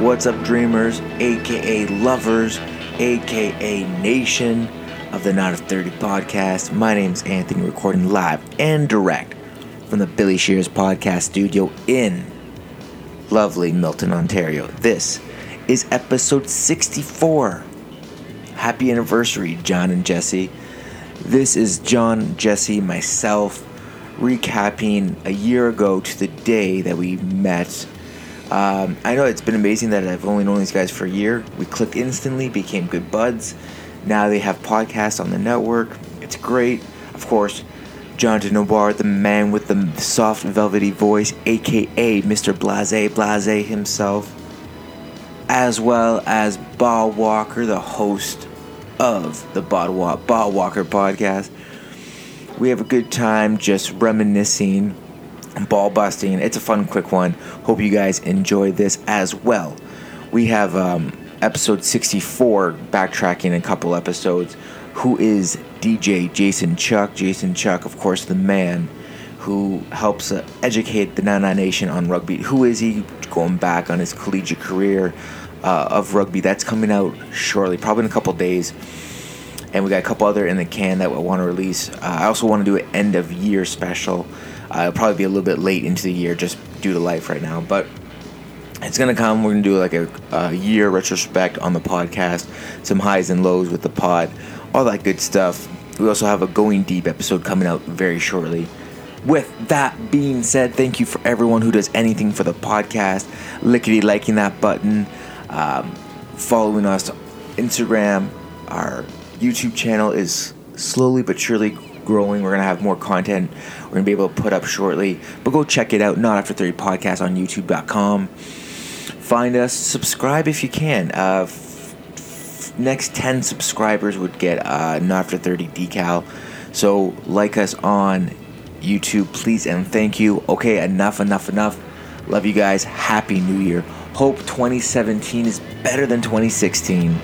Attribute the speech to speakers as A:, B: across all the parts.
A: What's up, dreamers, aka lovers, aka nation of the Not of 30 podcast? My name's Anthony, recording live and direct from the Billy Shears podcast studio in lovely Milton, Ontario. This is episode 64. Happy anniversary, John and Jesse. This is John, Jesse, myself recapping a year ago to the day that we met. Um, I know it's been amazing that I've only known these guys for a year. We clicked instantly, became good buds. Now they have podcasts on the network. It's great. Of course, John Denobar, the man with the soft, velvety voice, aka Mr. Blase Blase himself, as well as Bob Walker, the host of the Bob Wa- Bob Walker podcast. We have a good time just reminiscing, ball busting. It's a fun, quick one. Hope you guys enjoy this as well. We have um, episode 64, backtracking a couple episodes. Who is DJ Jason Chuck? Jason Chuck, of course, the man who helps uh, educate the Nana Nation on rugby. Who is he? Going back on his collegiate career uh, of rugby. That's coming out shortly, probably in a couple days and we got a couple other in the can that I want to release. Uh, I also want to do an end of year special. Uh, it'll probably be a little bit late into the year just due to life right now, but it's gonna come. We're gonna do like a, a year retrospect on the podcast, some highs and lows with the pod, all that good stuff. We also have a going deep episode coming out very shortly. With that being said, thank you for everyone who does anything for the podcast, lickety liking that button, um, following us on Instagram. Our YouTube channel is slowly but surely growing. We're gonna have more content. We're gonna be able to put up shortly, but go check it out. Not after thirty podcast on YouTube.com. Find us, subscribe if you can. Uh, f- f- next ten subscribers would get uh, Not After Thirty decal. So like us on YouTube, please and thank you. Okay, enough, enough, enough. Love you guys. Happy New Year. Hope 2017 is better than 2016.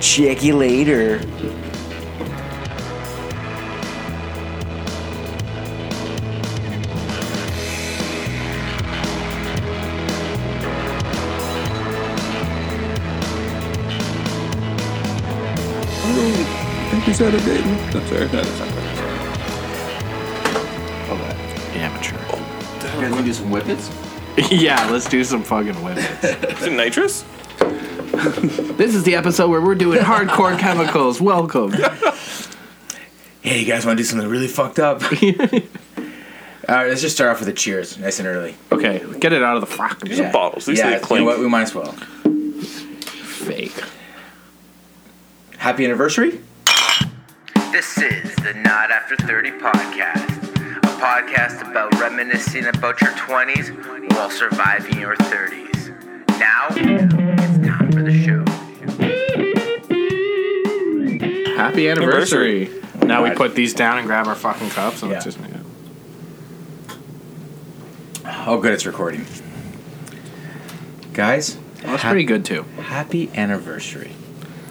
A: Check you later.
B: I think you said it, baby. That's fair. That is not fair.
C: Amateur.
A: You guys want to do some whippets?
C: yeah, let's do some fucking women.
B: Is it nitrous?
C: this is the episode where we're doing hardcore chemicals. Welcome.
A: Hey, you guys want to do something really fucked up? All right, let's just start off with a cheers, nice and early.
C: Okay, get it out of the fuck
B: These are bottles. These
A: yeah,
B: yeah,
A: you know
B: clink.
A: what? We might as well.
C: fake.
A: Happy anniversary!
D: This is the Not After 30 podcast, a podcast about reminiscing about your 20s while surviving your 30s. Now, it's time for the show.
C: Happy anniversary. Now we
A: Right.
C: put these down and grab our fucking cups and let's
A: Yeah.
C: just make it.
A: Oh, good, it's recording. Guys,
C: That's pretty good too.
A: happy anniversary.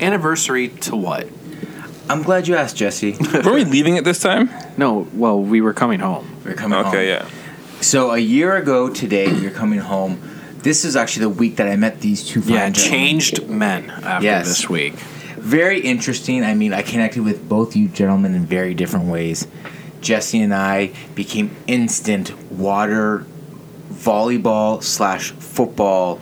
C: Anniversary to what?
A: I'm glad you asked, Jesse.
B: Were we leaving it this time?
C: No, well, we were coming home.
A: We're coming home.
B: Okay, yeah.
A: So a year ago today, we were coming home. This is actually the week that I met these two.
C: Yeah,
A: fine gentlemen.
C: changed men after
A: Yes.
C: this week.
A: very interesting. I mean, I connected with both you gentlemen in very different ways. Jesse and I became instant water volleyball slash football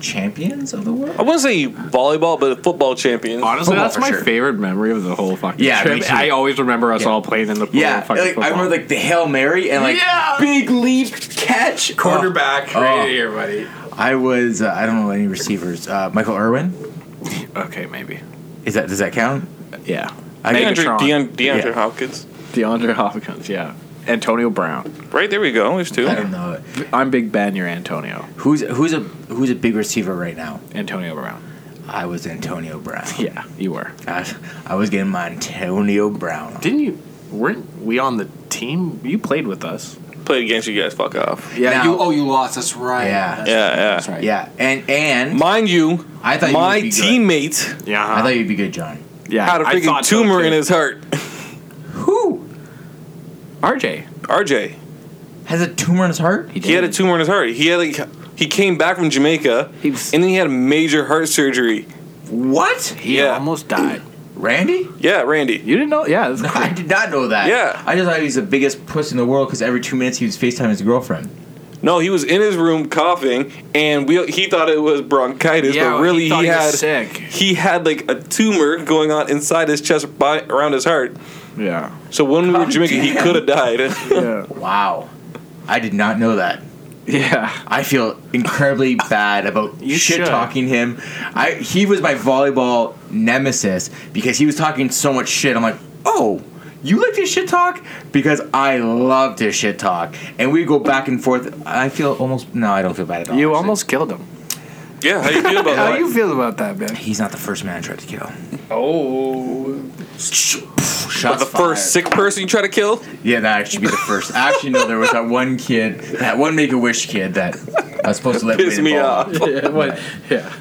A: champions of the world.
B: I wouldn't say volleyball, but football champions.
C: Honestly,
A: Football
C: that's
A: for
C: my
A: sure.
C: favorite memory of the whole fucking
A: Yeah, me
C: trip.
A: too.
C: I always remember us
A: Yeah.
C: all playing in the pool.
A: Yeah,
C: fucking
A: like, I remember
C: football.
A: like the hail mary and like
C: Yeah!
A: big leap catch
C: quarterback.
A: Oh.
C: Right here, buddy.
A: Oh, I was uh, I don't know any receivers. Uh, Michael Irwin
C: Okay, maybe.
A: is that does that count?
C: Yeah.
A: I think-
B: DeAndre,
C: Megatron.
B: DeAndre, DeAndre
A: Yeah.
B: Hopkins.
C: DeAndre Hopkins, yeah. Antonio Brown.
B: Right, there we go. There's two.
A: I don't know.
C: I'm Big Ben, you're Antonio.
A: Who's who's a who's a big receiver right now?
C: Antonio Brown.
A: I was Antonio Brown.
C: Yeah, you were.
A: I, I was getting my Antonio Brown. on.
C: Didn't you weren't we on the team? You played with us.
B: Played against you guys. Fuck off.
C: Yeah,
A: Now- you-
C: oh you lost, that's right.
A: Yeah. That's
B: Yeah, yeah. That's
C: right.
A: Yeah, and and
B: Mind you,
A: I thought you
B: my
A: would be good.
B: teammate
C: Yeah. uh-huh.
A: I thought you'd be good, John.
C: yeah.
B: had a
C: I
B: freaking
C: thought so,
B: tumor
C: too.
B: in his heart.
A: Who?
C: RJ.
B: RJ.
A: Has a tumor in his heart?
B: He had a tumor in his heart. He had like he came back from Jamaica,
C: He was-
B: and then he had major heart surgery.
A: What?
C: He
B: Yeah.
C: almost died.
A: Randy?
B: Yeah, Randy.
C: You didn't know? Yeah. That's
A: I did not know that.
B: Yeah.
A: I just thought he was the biggest puss in the world because every two minutes he was FaceTime his girlfriend.
B: No, he was in his room coughing, and we he thought it was bronchitis,
C: Yeah,
B: but really
C: he
B: he,
C: thought he was
B: had
C: sick.
B: he had like a tumor going on inside his chest by, around his heart.
C: yeah.
B: So when we were in
A: God
B: Jamaica, he
A: damn.
B: could have died.
C: Yeah.
A: Wow. I did not know that.
C: Yeah.
A: I feel incredibly bad about
C: You
A: shit talking him. I he was my volleyball nemesis because he was talking so much shit. I'm like, oh, you like to shit talk because I love to shit talk, and we go back and forth. I feel almost no, I don't feel bad at all.
C: You
A: actually.
C: almost killed him.
B: yeah, how you feel about
C: How
B: that?
C: you feel about that, man?
A: He's not the first man I tried to kill.
B: oh,
A: Shots
B: the first sick person you try to kill?
A: Yeah, that actually be the first. actually, no, there was that one kid, that one Make a Wish kid that I was supposed to let
B: Piss
A: win
B: me
A: ball.
B: off.
C: Yeah. What? Yeah.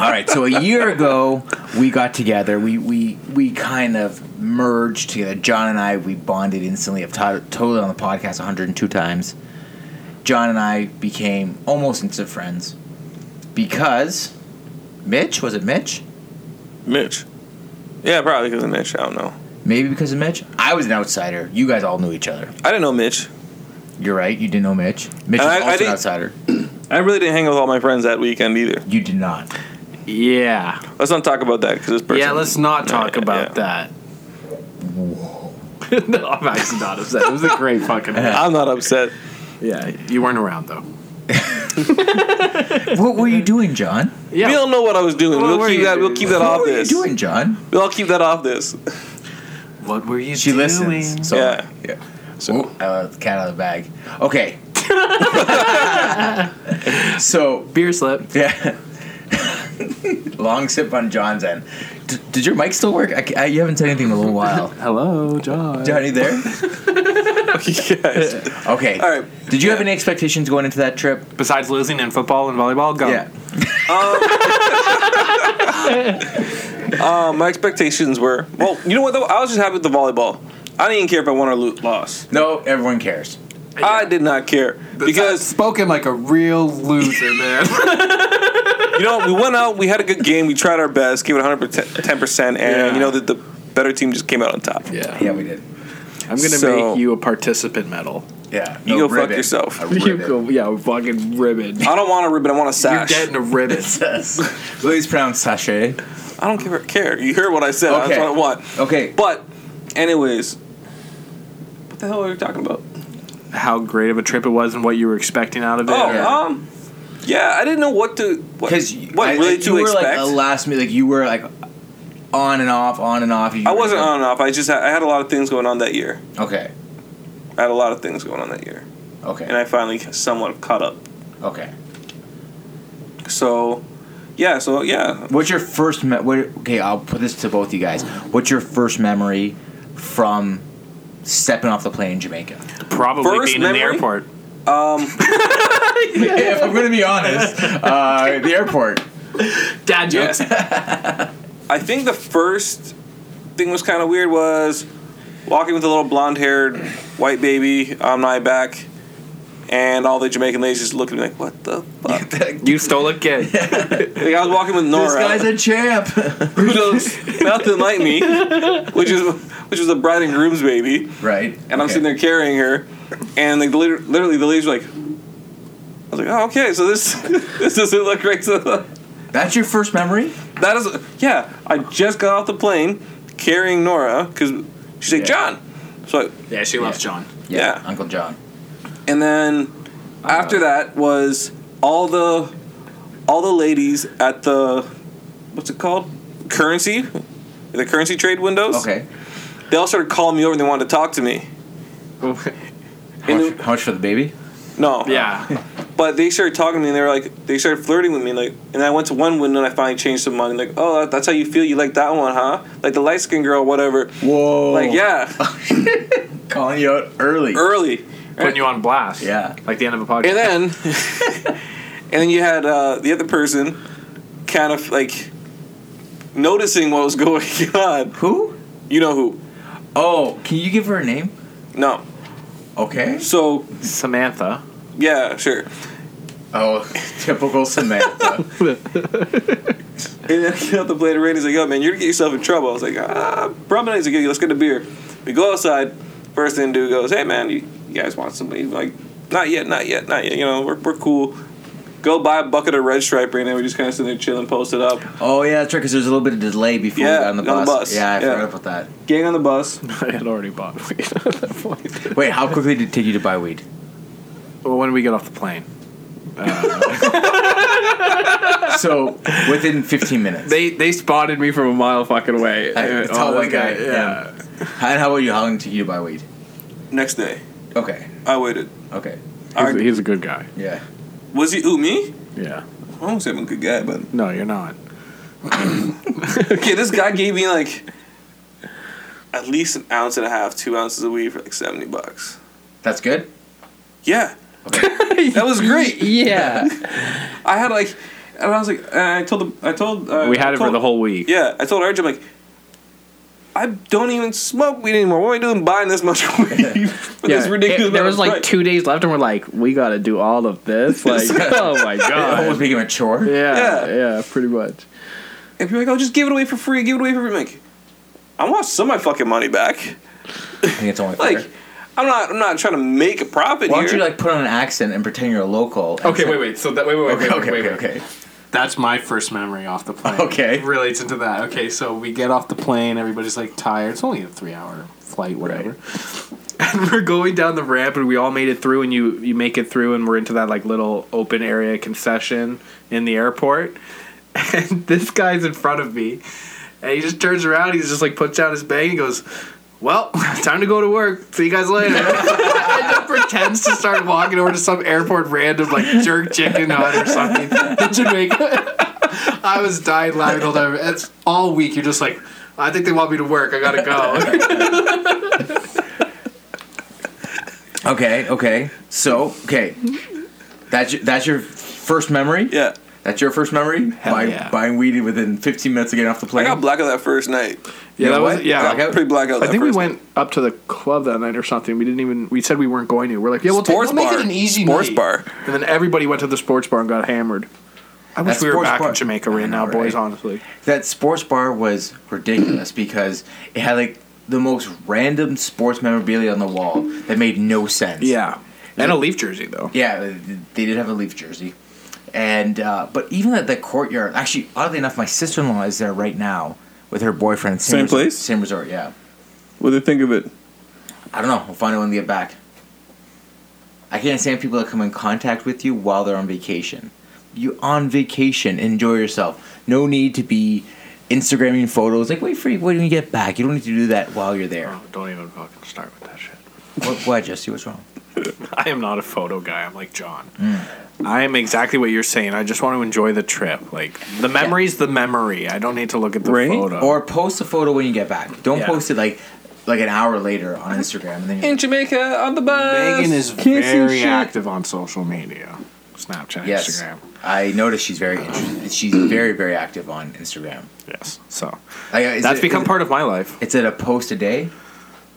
A: All right, so a year ago we got together. We we we kind of merged together. John and I we bonded instantly. I've to- told it on the podcast 102 times. John and I became almost instant friends because Mitch was it Mitch?
B: Mitch. Yeah, probably because of Mitch. I don't know.
A: Maybe because of Mitch. I was an outsider. You guys all knew each other.
B: I didn't know Mitch.
A: You're right. You didn't know Mitch. Mitch was
B: I- I
A: also an
B: didn't-
A: outsider.
B: I really didn't hang with all my friends that weekend either.
A: You did not.
C: Yeah.
B: Let's not talk about that because this person.
C: Yeah, let's not talk
B: yeah,
C: about that. no, I'm actually not upset. It was a great fucking.
B: I'm not upset.
C: yeah, you weren't around though.
A: What were you doing, John?
C: Yeah,
B: We all know what I was doing.
C: What
B: we'll
C: were
B: keep
C: you
B: that. We'll
C: doing?
B: keep that
A: what
B: off
A: were
B: this.
A: you doing, John?
B: We'll all keep that off this.
C: what were you
A: She
C: doing?
A: listens. So
B: Yeah.
A: yeah.
B: So
A: Ooh, I let the Oh, uh, cat out of the bag. Okay. so
C: Beer slip.
A: yeah, long sip on John's end. D- did your mic still work? I, ca- I- you haven't said anything in a little while.
C: Hello, John.
A: Johnny, there.
B: yes.
A: Okay.
B: All right.
A: Did you have any expectations going into that trip?
C: Besides losing in football and volleyball, go.
B: Um, my expectations were well. You know what though? I was just happy with the volleyball. I didn't even care if I won or lo- lost.
A: No, everyone cares.
B: I did not care because
C: spoken like a real loser, man.
B: you know we went out, we had a good game, we tried our best, gave it 110 percent, and
C: Yeah.
B: you know that the better team just came out on top.
C: yeah.
A: Yeah, we did.
C: I'm gonna
B: So-
C: make you a participant medal.
A: Yeah.
B: You
A: no
B: go fuck
A: ribbon.
B: yourself.
A: A
C: You
A: ribbon.
C: go, yeah, fucking ribbon.
B: I don't want a ribbon. I want a
C: You're
B: sash.
C: getting a ribbon.
A: Yes. Please pronounce sachet.
B: I don't care. care. You heard what I said. That's
A: Okay.
B: what I want.
A: Okay.
B: But, anyways, what the hell are we talking about?
C: How great of a trip it was and what you were expecting out of it.
B: Oh,
A: Yeah.
B: um, yeah, I didn't know what to what,
A: Because
B: what really to
A: you were
B: expect.
A: like a last minute, like you were like on and off, on and off. You
B: I
A: were
B: wasn't
A: like-
B: on and off. I just had, I had a lot of things going on that year.
A: Okay.
B: I had a lot of things going on that year,
A: Okay.
B: and I finally somewhat caught up.
A: okay.
B: So, yeah, so yeah,
A: What's your first? Me- what, okay, I'll put this to both you guys. What's your first memory from stepping off the plane in Jamaica?
C: Probably
B: First
C: being in
B: memory?
C: the airport.
B: Um,
A: if I'm going to be honest, uh, the airport.
C: Dad jokes.
B: I think the first thing was kind of weird was walking with a little blonde haired white baby on my back, and all the Jamaican ladies just looking at me like, what the fuck?
C: You stole a kid.
B: Like I was walking with Nora,
A: This guy's a champ.
B: who looks nothing like me, which is which was a bride and groom's baby,
A: right.
B: and I'm sitting there carrying her, and like liter- literally the ladies were like, I was like, oh okay, so this this doesn't look great. So
A: That's your first memory.
B: that is yeah, I just got off the plane carrying Nora because she's like John, so I,
C: Yeah, she loves John.
B: Yeah.
A: Uncle John.
B: and then after that was all the all the ladies at the what's it called currency. The currency trade windows.
A: Okay.
B: they all started calling me over and they wanted to talk to me.
A: How
B: And
A: much,
B: it-
A: how much for the baby?
B: no.
C: Yeah.
B: But they started talking to me and they were like, they started flirting with me. Like, and I went to one window and I finally changed some money. Like, oh, that- that's how you feel. You like that one, huh? Like the light skinned girl, whatever.
A: Whoa.
B: Like, yeah,
A: Calling you out early.
B: early.
C: Putting you on blast.
A: Yeah.
C: Like the end of a podcast.
B: And then, and then you had uh, the other person kind of like noticing what was going on.
A: Who?
B: You know who?
A: Oh, can you give her a name?
B: No.
A: Okay.
B: So
C: Samantha.
B: yeah, sure.
A: Oh, typical Samantha.
B: And then I get out the blade of rain. He's like, "Yo, man, you're gonna get yourself in trouble." I was like, "Ah, probably not. He's like, "Yo, let's get a beer." We go outside. First thing dude goes, "Hey, man, you, you guys want somebody?" He's like, "Not yet, not yet, not yet." You know, we're, we're cool. Go buy a bucket of red striper, and then we just kind of sit there chilling, posted up.
A: oh yeah, that's right. Because there's a little bit of delay before we
B: Yeah,
A: got on the
B: on the
A: bus.
B: bus.
A: Yeah, I
B: Yeah.
A: forgot about that.
B: Gang on the bus.
C: I had already bought weed at that point.
A: Wait, how quickly did it take you to buy weed?
C: Well, when did we get off the plane?
A: So within 15 minutes.
C: They they spotted me from a mile fucking away. Uh, oh,
A: Hey, tall white guy, yeah. And how about you? How long did it take you to buy weed?
B: Next day,
A: Okay.
B: I waited.
A: Okay.
B: I,
C: He's, he's a good guy.
A: Yeah.
B: was he ooh me?
C: Yeah.
B: I won't say I'm a good guy, but
C: No, you're not.
B: okay, this guy gave me like at least an ounce and a half, two ounces of weed for like seventy bucks.
A: That's good?
B: Yeah, that was great.
A: Yeah.
B: I had like, and I was like, and I told the, I told, uh,
C: we had
B: I
C: it for
B: told-
C: the whole week.
B: Yeah, I told Arj, I'm like, I don't even smoke weed anymore. What am I doing buying this much weed for this ridiculous?
C: It-
B: amount
C: there
B: of
C: was like
B: price?
C: two days left, and we're like, we got to do all of this. Like, oh my
A: Almost
C: god.
A: became a chore.
C: Yeah,
B: Yeah.
C: yeah, pretty much.
B: And people are like, oh, just give it away for free. Give it away for free. I'm like, I want some of my fucking money back.
A: I think it's only fair.
B: Like, I'm not, I'm not trying to make a profit
A: Why don't
B: here.
A: you like put on an accent and pretend you're a local? and
E: Okay,
A: say-
E: wait, wait. So that wait, wait, wait,
A: Okay,
E: wait,
A: okay,
E: wait,
A: okay,
E: wait.
A: okay.
E: That's my first memory off the plane.
A: Okay.
E: It relates into that. Okay, so we get off the plane. Everybody's like tired. It's only a three-hour flight, whatever.
C: And we're going down the ramp, and we all made it through, and you you make it through, and we're into that like little open area concession in the airport, and this guy's in front of me, and he just turns around, he's just like puts down his bag, and he goes. Well, time to go to work. See you guys later. and just pretends to start walking over to some airport random like jerk chicken hut or something in Jamaica.
E: I was dying laughing all time. It's all week. You're just like,
C: I think they want me to work. I gotta go.
A: Okay, okay. So, okay. That's your, that's your first memory?
B: yeah.
A: That's your first memory? Buying,
C: yeah.
A: buying weed within 15 minutes of getting off the
B: I
A: plane?
B: got blackout that first night.
C: Yeah, that was
A: what?
C: yeah.
B: I got pretty blackout.
C: I
B: that
C: think we
B: first
C: went up to the club that night or something. We didn't even. We said we weren't going to. We're like, yeah, we'll
B: night.
C: take.
B: sports
E: we'll make
B: bar.
E: it an easy
B: sports
E: night.
B: bar.
C: And then everybody went to the sports bar and got hammered. I wish
A: That
C: we were
A: sports
C: back
A: bar-
C: in Jamaica right now,
A: know,
C: boys.
A: right?
C: Honestly,
A: that sports bar was ridiculous because it had like the most random sports memorabilia on the wall that made no sense.
C: yeah. And a leaf jersey though.
A: Yeah, they did have a Leaf jersey. And uh, but even at the courtyard, actually, oddly enough, my sister in law is there right now with her boyfriend.
B: Same
A: resort-
B: place?
A: same resort. Yeah,
B: What do they think of it?
A: I don't know. We'll find out when we get back. I can't stand people that come in contact with you while they're on vacation. You on vacation, enjoy yourself. No need to be Instagramming photos. Like wait for you when you get back. You don't need to do that while you're there.
C: Oh, don't even fucking start with that shit.
A: what, why, Jesse? What's wrong?
C: I am not a photo guy. I'm like John. I am exactly what you're saying. I just want to enjoy the trip. Like the memory's the memory. I don't need to look at the
B: Right?
C: photo.
A: Or post a photo when you get back. Don't
C: Yeah.
A: post it like like an hour later on Instagram and then you're
B: In Jamaica on the bus.
E: Megan is
B: Can't see
E: very
B: shit.
E: active on social media, Snapchat,
A: Yes.
E: Instagram.
A: I noticed she's very interested. She's very, very active on Instagram.
C: yes. So
A: Like, is
C: that's
A: it-
C: become
A: is it-
C: part of my life.
A: It's at a post a day.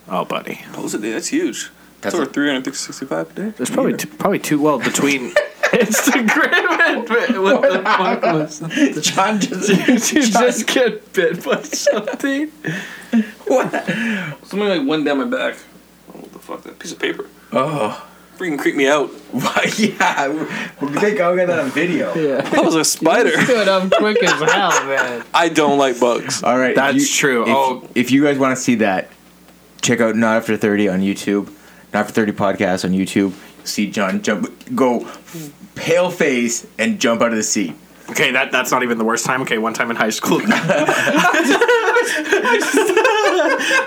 C: Oh, buddy.
B: Posted it. That's huge.
A: That's
B: That's over
A: a-
B: 365 today.
C: There's probably two, probably two. Well, between Instagram and what the fuck was that?
A: John just
C: Did you just get bit by something?
B: Something like went down my back. Oh, what the fuck? That piece of paper.
A: oh
B: Freaking creeped me out.
A: yeah. We we think I'll get that on video.
B: That was a spider.
E: Dude, I'm quick as hell, man.
B: I don't like bugs.
A: All right, if
C: That's true.
A: If,
C: Oh.
A: if you guys want to see that, check out Not After Thirty on YouTube. Not After Thirty podcast on YouTube. See John jump, go pale face and jump out of the seat.
C: Okay, that that's not even the worst time. Okay, one time in high school.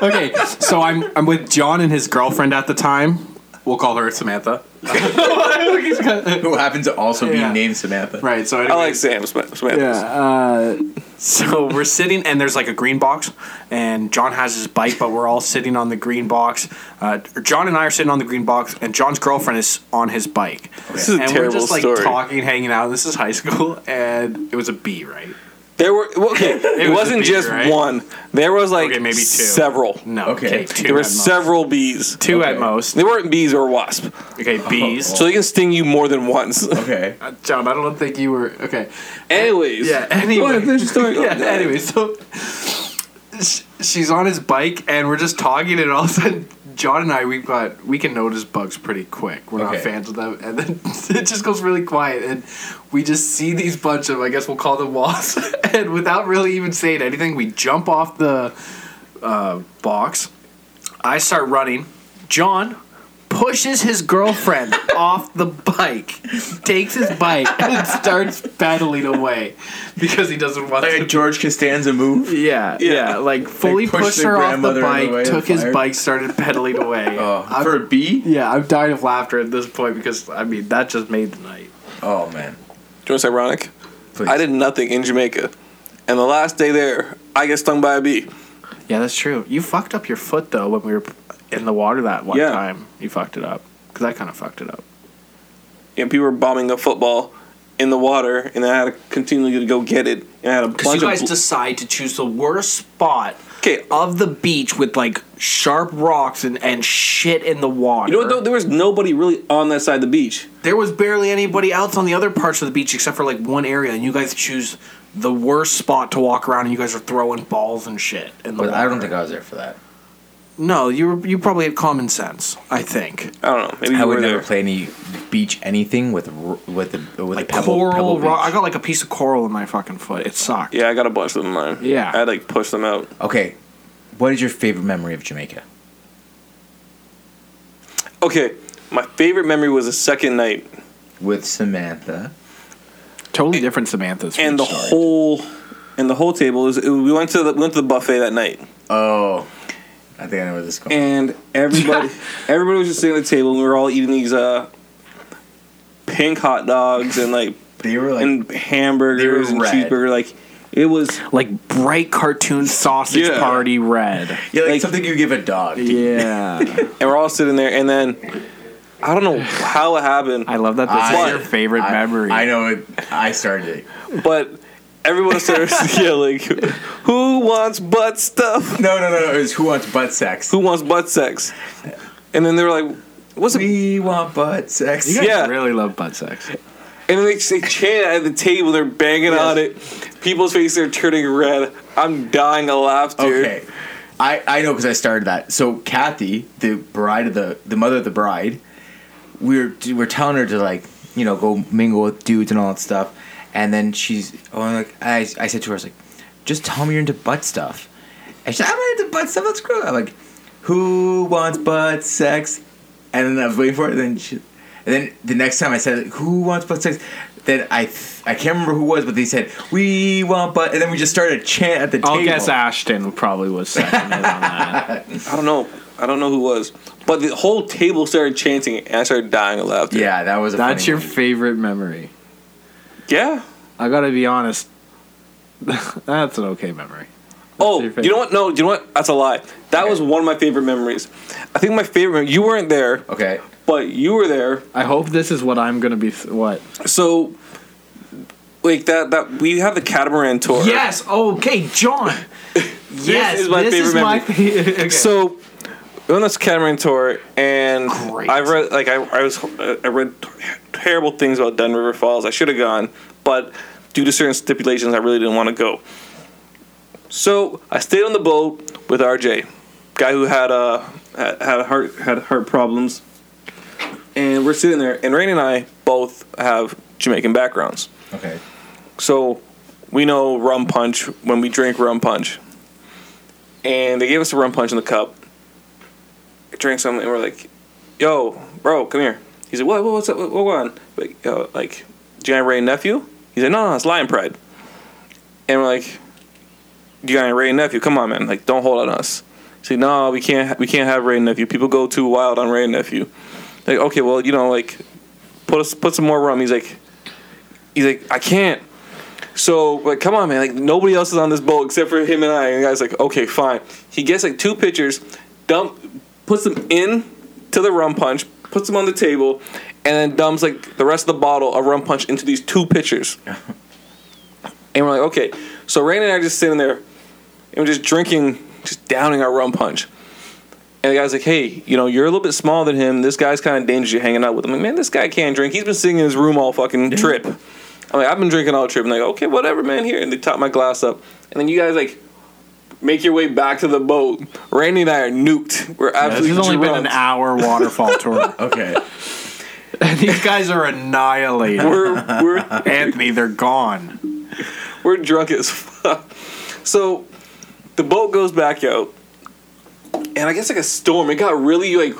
E: Okay, so I'm I'm with John and his girlfriend at the time. We'll call her Samantha.
A: Who happens to also
E: Yeah.
A: be named Samantha?
E: Right. So
B: I
E: anyway,
B: like Sam Sp-
E: Yeah.
B: Samantha's.
E: Uh, so we're sitting, and there's like a green box, and John has his bike, but we're all sitting on the green box. Uh, John and I are sitting on the green box, and John's girlfriend is on his bike.
B: This is a
E: and
B: terrible
E: we're just like
B: story.
E: talking, hanging out. This is high school, and it was a B, right?
B: There were well, okay. it, was
C: was a
B: not
C: bee,
B: just
C: right?
B: one. There was like
C: Okay, maybe two.
B: several.
C: No.
A: Okay.
C: two
B: there were
C: at most.
B: several bees.
C: Two at most.
B: They weren't bees or wasp,
C: Okay, bees.
B: so they can sting you more than once.
A: Okay.
C: Uh, John, Oh, I don't think you were okay.
B: Anyways,
C: Yeah.
B: Well,
C: Anyway.
B: there's a story
C: yeah.
B: going on.
C: Anyway, so sh- she's on his bike, and we're just talking, and all of a sudden, John and I, we've got we can notice bugs pretty quick. We're
A: Okay.
C: not fans of them, and then it just goes really quiet, and we just see these bunch of I guess we'll call them wasps, and without really even saying anything, we jump off the uh, box. I start running. John pushes his girlfriend off the bike, takes his bike, and starts battling away because he doesn't want
A: Like a
C: to.
A: George Costanza move.
C: Yeah, yeah, Like fully
A: pushed
C: pushed
A: their
C: her off the
A: grandmother out of the
C: bike,
A: way
C: took
A: and
C: his
A: fired.
C: bike, started pedaling away.
A: Oh,
C: I'm-
A: for a bee?
C: yeah, I'm dying of laughter at this point because I mean that just made the night.
A: Oh man.
B: Do you know what's ironic?
A: Please.
B: I did nothing in Jamaica, and the last day there, I get stung by a bee.
C: Yeah, that's true. You fucked up your foot though when we were in the water that one
B: Yeah.
C: time. You fucked it up because I kind of fucked it up.
B: And people were bombing a football in the water, and I had to continually go get it. And I had a
E: Because you
B: bunch
E: guys
B: of bl-
E: decide to choose the worst spot
B: okay.
A: Oh,
E: of the beach with like sharp rocks and, and shit in the water.
B: You know what? Though? There was nobody really on that side of the beach.
E: There was barely anybody else on the other parts of the beach except for like one area, and you guys choose the worst spot to walk around, and you guys are throwing balls and shit. In the
A: But I
E: water.
A: don't think I was there for that.
E: No, you were, you probably had common sense. I think
B: I don't know. Maybe you
A: I
B: were
A: would never
B: there.
A: play any beach anything with r- with a, with
E: like
A: a pebble,
E: coral
A: pebble beach.
E: rock. I got like a piece of coral in my fucking foot. It sucked.
B: Yeah, I got a bunch of them in mine.
E: Yeah.
B: I had like push them out.
A: Okay, what is your favorite memory of Jamaica?
B: Okay, my favorite memory was the second night
A: With Samantha.
C: Totally different Samantha's.
B: and the whole and the whole table. It was, it, we went to the, we went to the buffet that night,
A: Oh, I think I know where this is going.
B: and everybody everybody was just sitting at the table, and we were all eating these uh pink hot dogs and like
A: They were like,
B: and hamburgers
A: they
B: and
A: were red.
B: cheeseburger. Like it was
C: like bright cartoon sausage
B: Yeah.
C: party red.
A: yeah, like,
B: like-
A: something you give a dog.
C: Yeah,
B: and we're all sitting there, and then I don't know how it happened,
C: I love that. This
A: I-
C: is your favorite
A: I,
C: memory.
A: I know. It, I started it.
B: but. Everyone starts yelling, "Who wants butt stuff?
A: No, no, no, no. It was who wants butt sex.
B: Who wants butt sex?" And then they were like, "What's a
A: We want butt sex.
C: You guys
B: yeah.
C: really love butt sex.
B: And then they, they chant at the table. They're banging on it. People's faces are turning red. I'm dying of laughter.
A: Okay. I, I know because I started that. So Kathy, the bride of the the mother of the bride, we were we we're telling her to like you know go mingle with dudes and all that stuff, and then she's oh I'm like I I said to her I was like, just tell me you're into butt stuff, and she's like, I'm not into butt stuff. That's gross. I'm like, who wants butt sex? And then I was waiting for it. And then she, and then the next time I said who wants butt sex. Then I th- I can't remember who it was, but they said we want butt, and then we just started a chant at the table.
C: I'll guess Ashton probably was second on that.
B: I don't know. I don't know who was, but the whole table started chanting, it, and I started dying of laughter.
A: Yeah, that was a
C: That's
A: funny
C: your
A: one.
C: favorite memory.
B: Yeah.
C: I gotta be honest. That's an okay memory.
B: Oh,
C: your favorite?
B: you know what? No, you know what? That's a lie. That was one of my favorite memories. I think my favorite. Memory, you weren't there,
A: Okay.
B: but you were there.
C: I hope this is what I'm gonna be. What?
B: So, like that. That we have the catamaran tour.
E: Yes. Okay, John. yes,
B: is my
E: this
B: favorite
E: is
B: memory.
E: my favorite. okay.
B: So we went on this catamaran tour, and I've read like I, I was I read terrible things about Dunn River Falls. I should have gone, but due to certain stipulations, I really didn't want to go. So I stayed on the boat with RJ, guy who had uh had had heart had heart problems, and we're sitting there, and Rain and I both have Jamaican backgrounds,
A: Okay.
B: so we know rum punch when we drink rum punch. And they gave us a rum punch in the cup. I drank some, and we're like, "Yo, bro, come here." He said, "What? what what's up? What, what on?" Like, yo, like, do you got a Ray nephew? He said, "No, no, it's Lion Pride." And we're like, "You got a Ray nephew? Come on, man! Like, don't hold on us." He said, "No, we can't. We can't have Ray nephew. People go too wild on Ray nephew." Like, okay, well, you know, like, put us put some more rum. He's like, he's like, I can't. So, like, come on, man. Like, nobody else is on this boat except for him and I. And the guy's like, okay, fine. He gets like two pitchers, dump, puts them in to the rum punch, puts them on the table, and then dumps like the rest of the bottle of rum punch into these two pitchers. and we're like, okay. So Rain and I are just sitting there, and we're just drinking, just downing our rum punch. And the guy's like, "Hey, you know, you're a little bit smaller than him. This guy's kind of dangerous. You hanging out with him. I'm like, man, this guy can't drink. He's been sitting in his room all fucking trip. I'm like, I've been drinking all trip. And like, okay, whatever, man. Here, and they top my glass up. And then you guys like make your way back to the boat. Randy and I are nuked. We're
C: This
B: absolutely
C: has only been an
B: drunk.
C: hour waterfall tour.
A: Okay.
C: These guys are annihilated.
B: We're we're
C: Anthony, they're gone.
B: We're drunk as fuck. So the boat goes back out, and I guess like a storm. It got really like,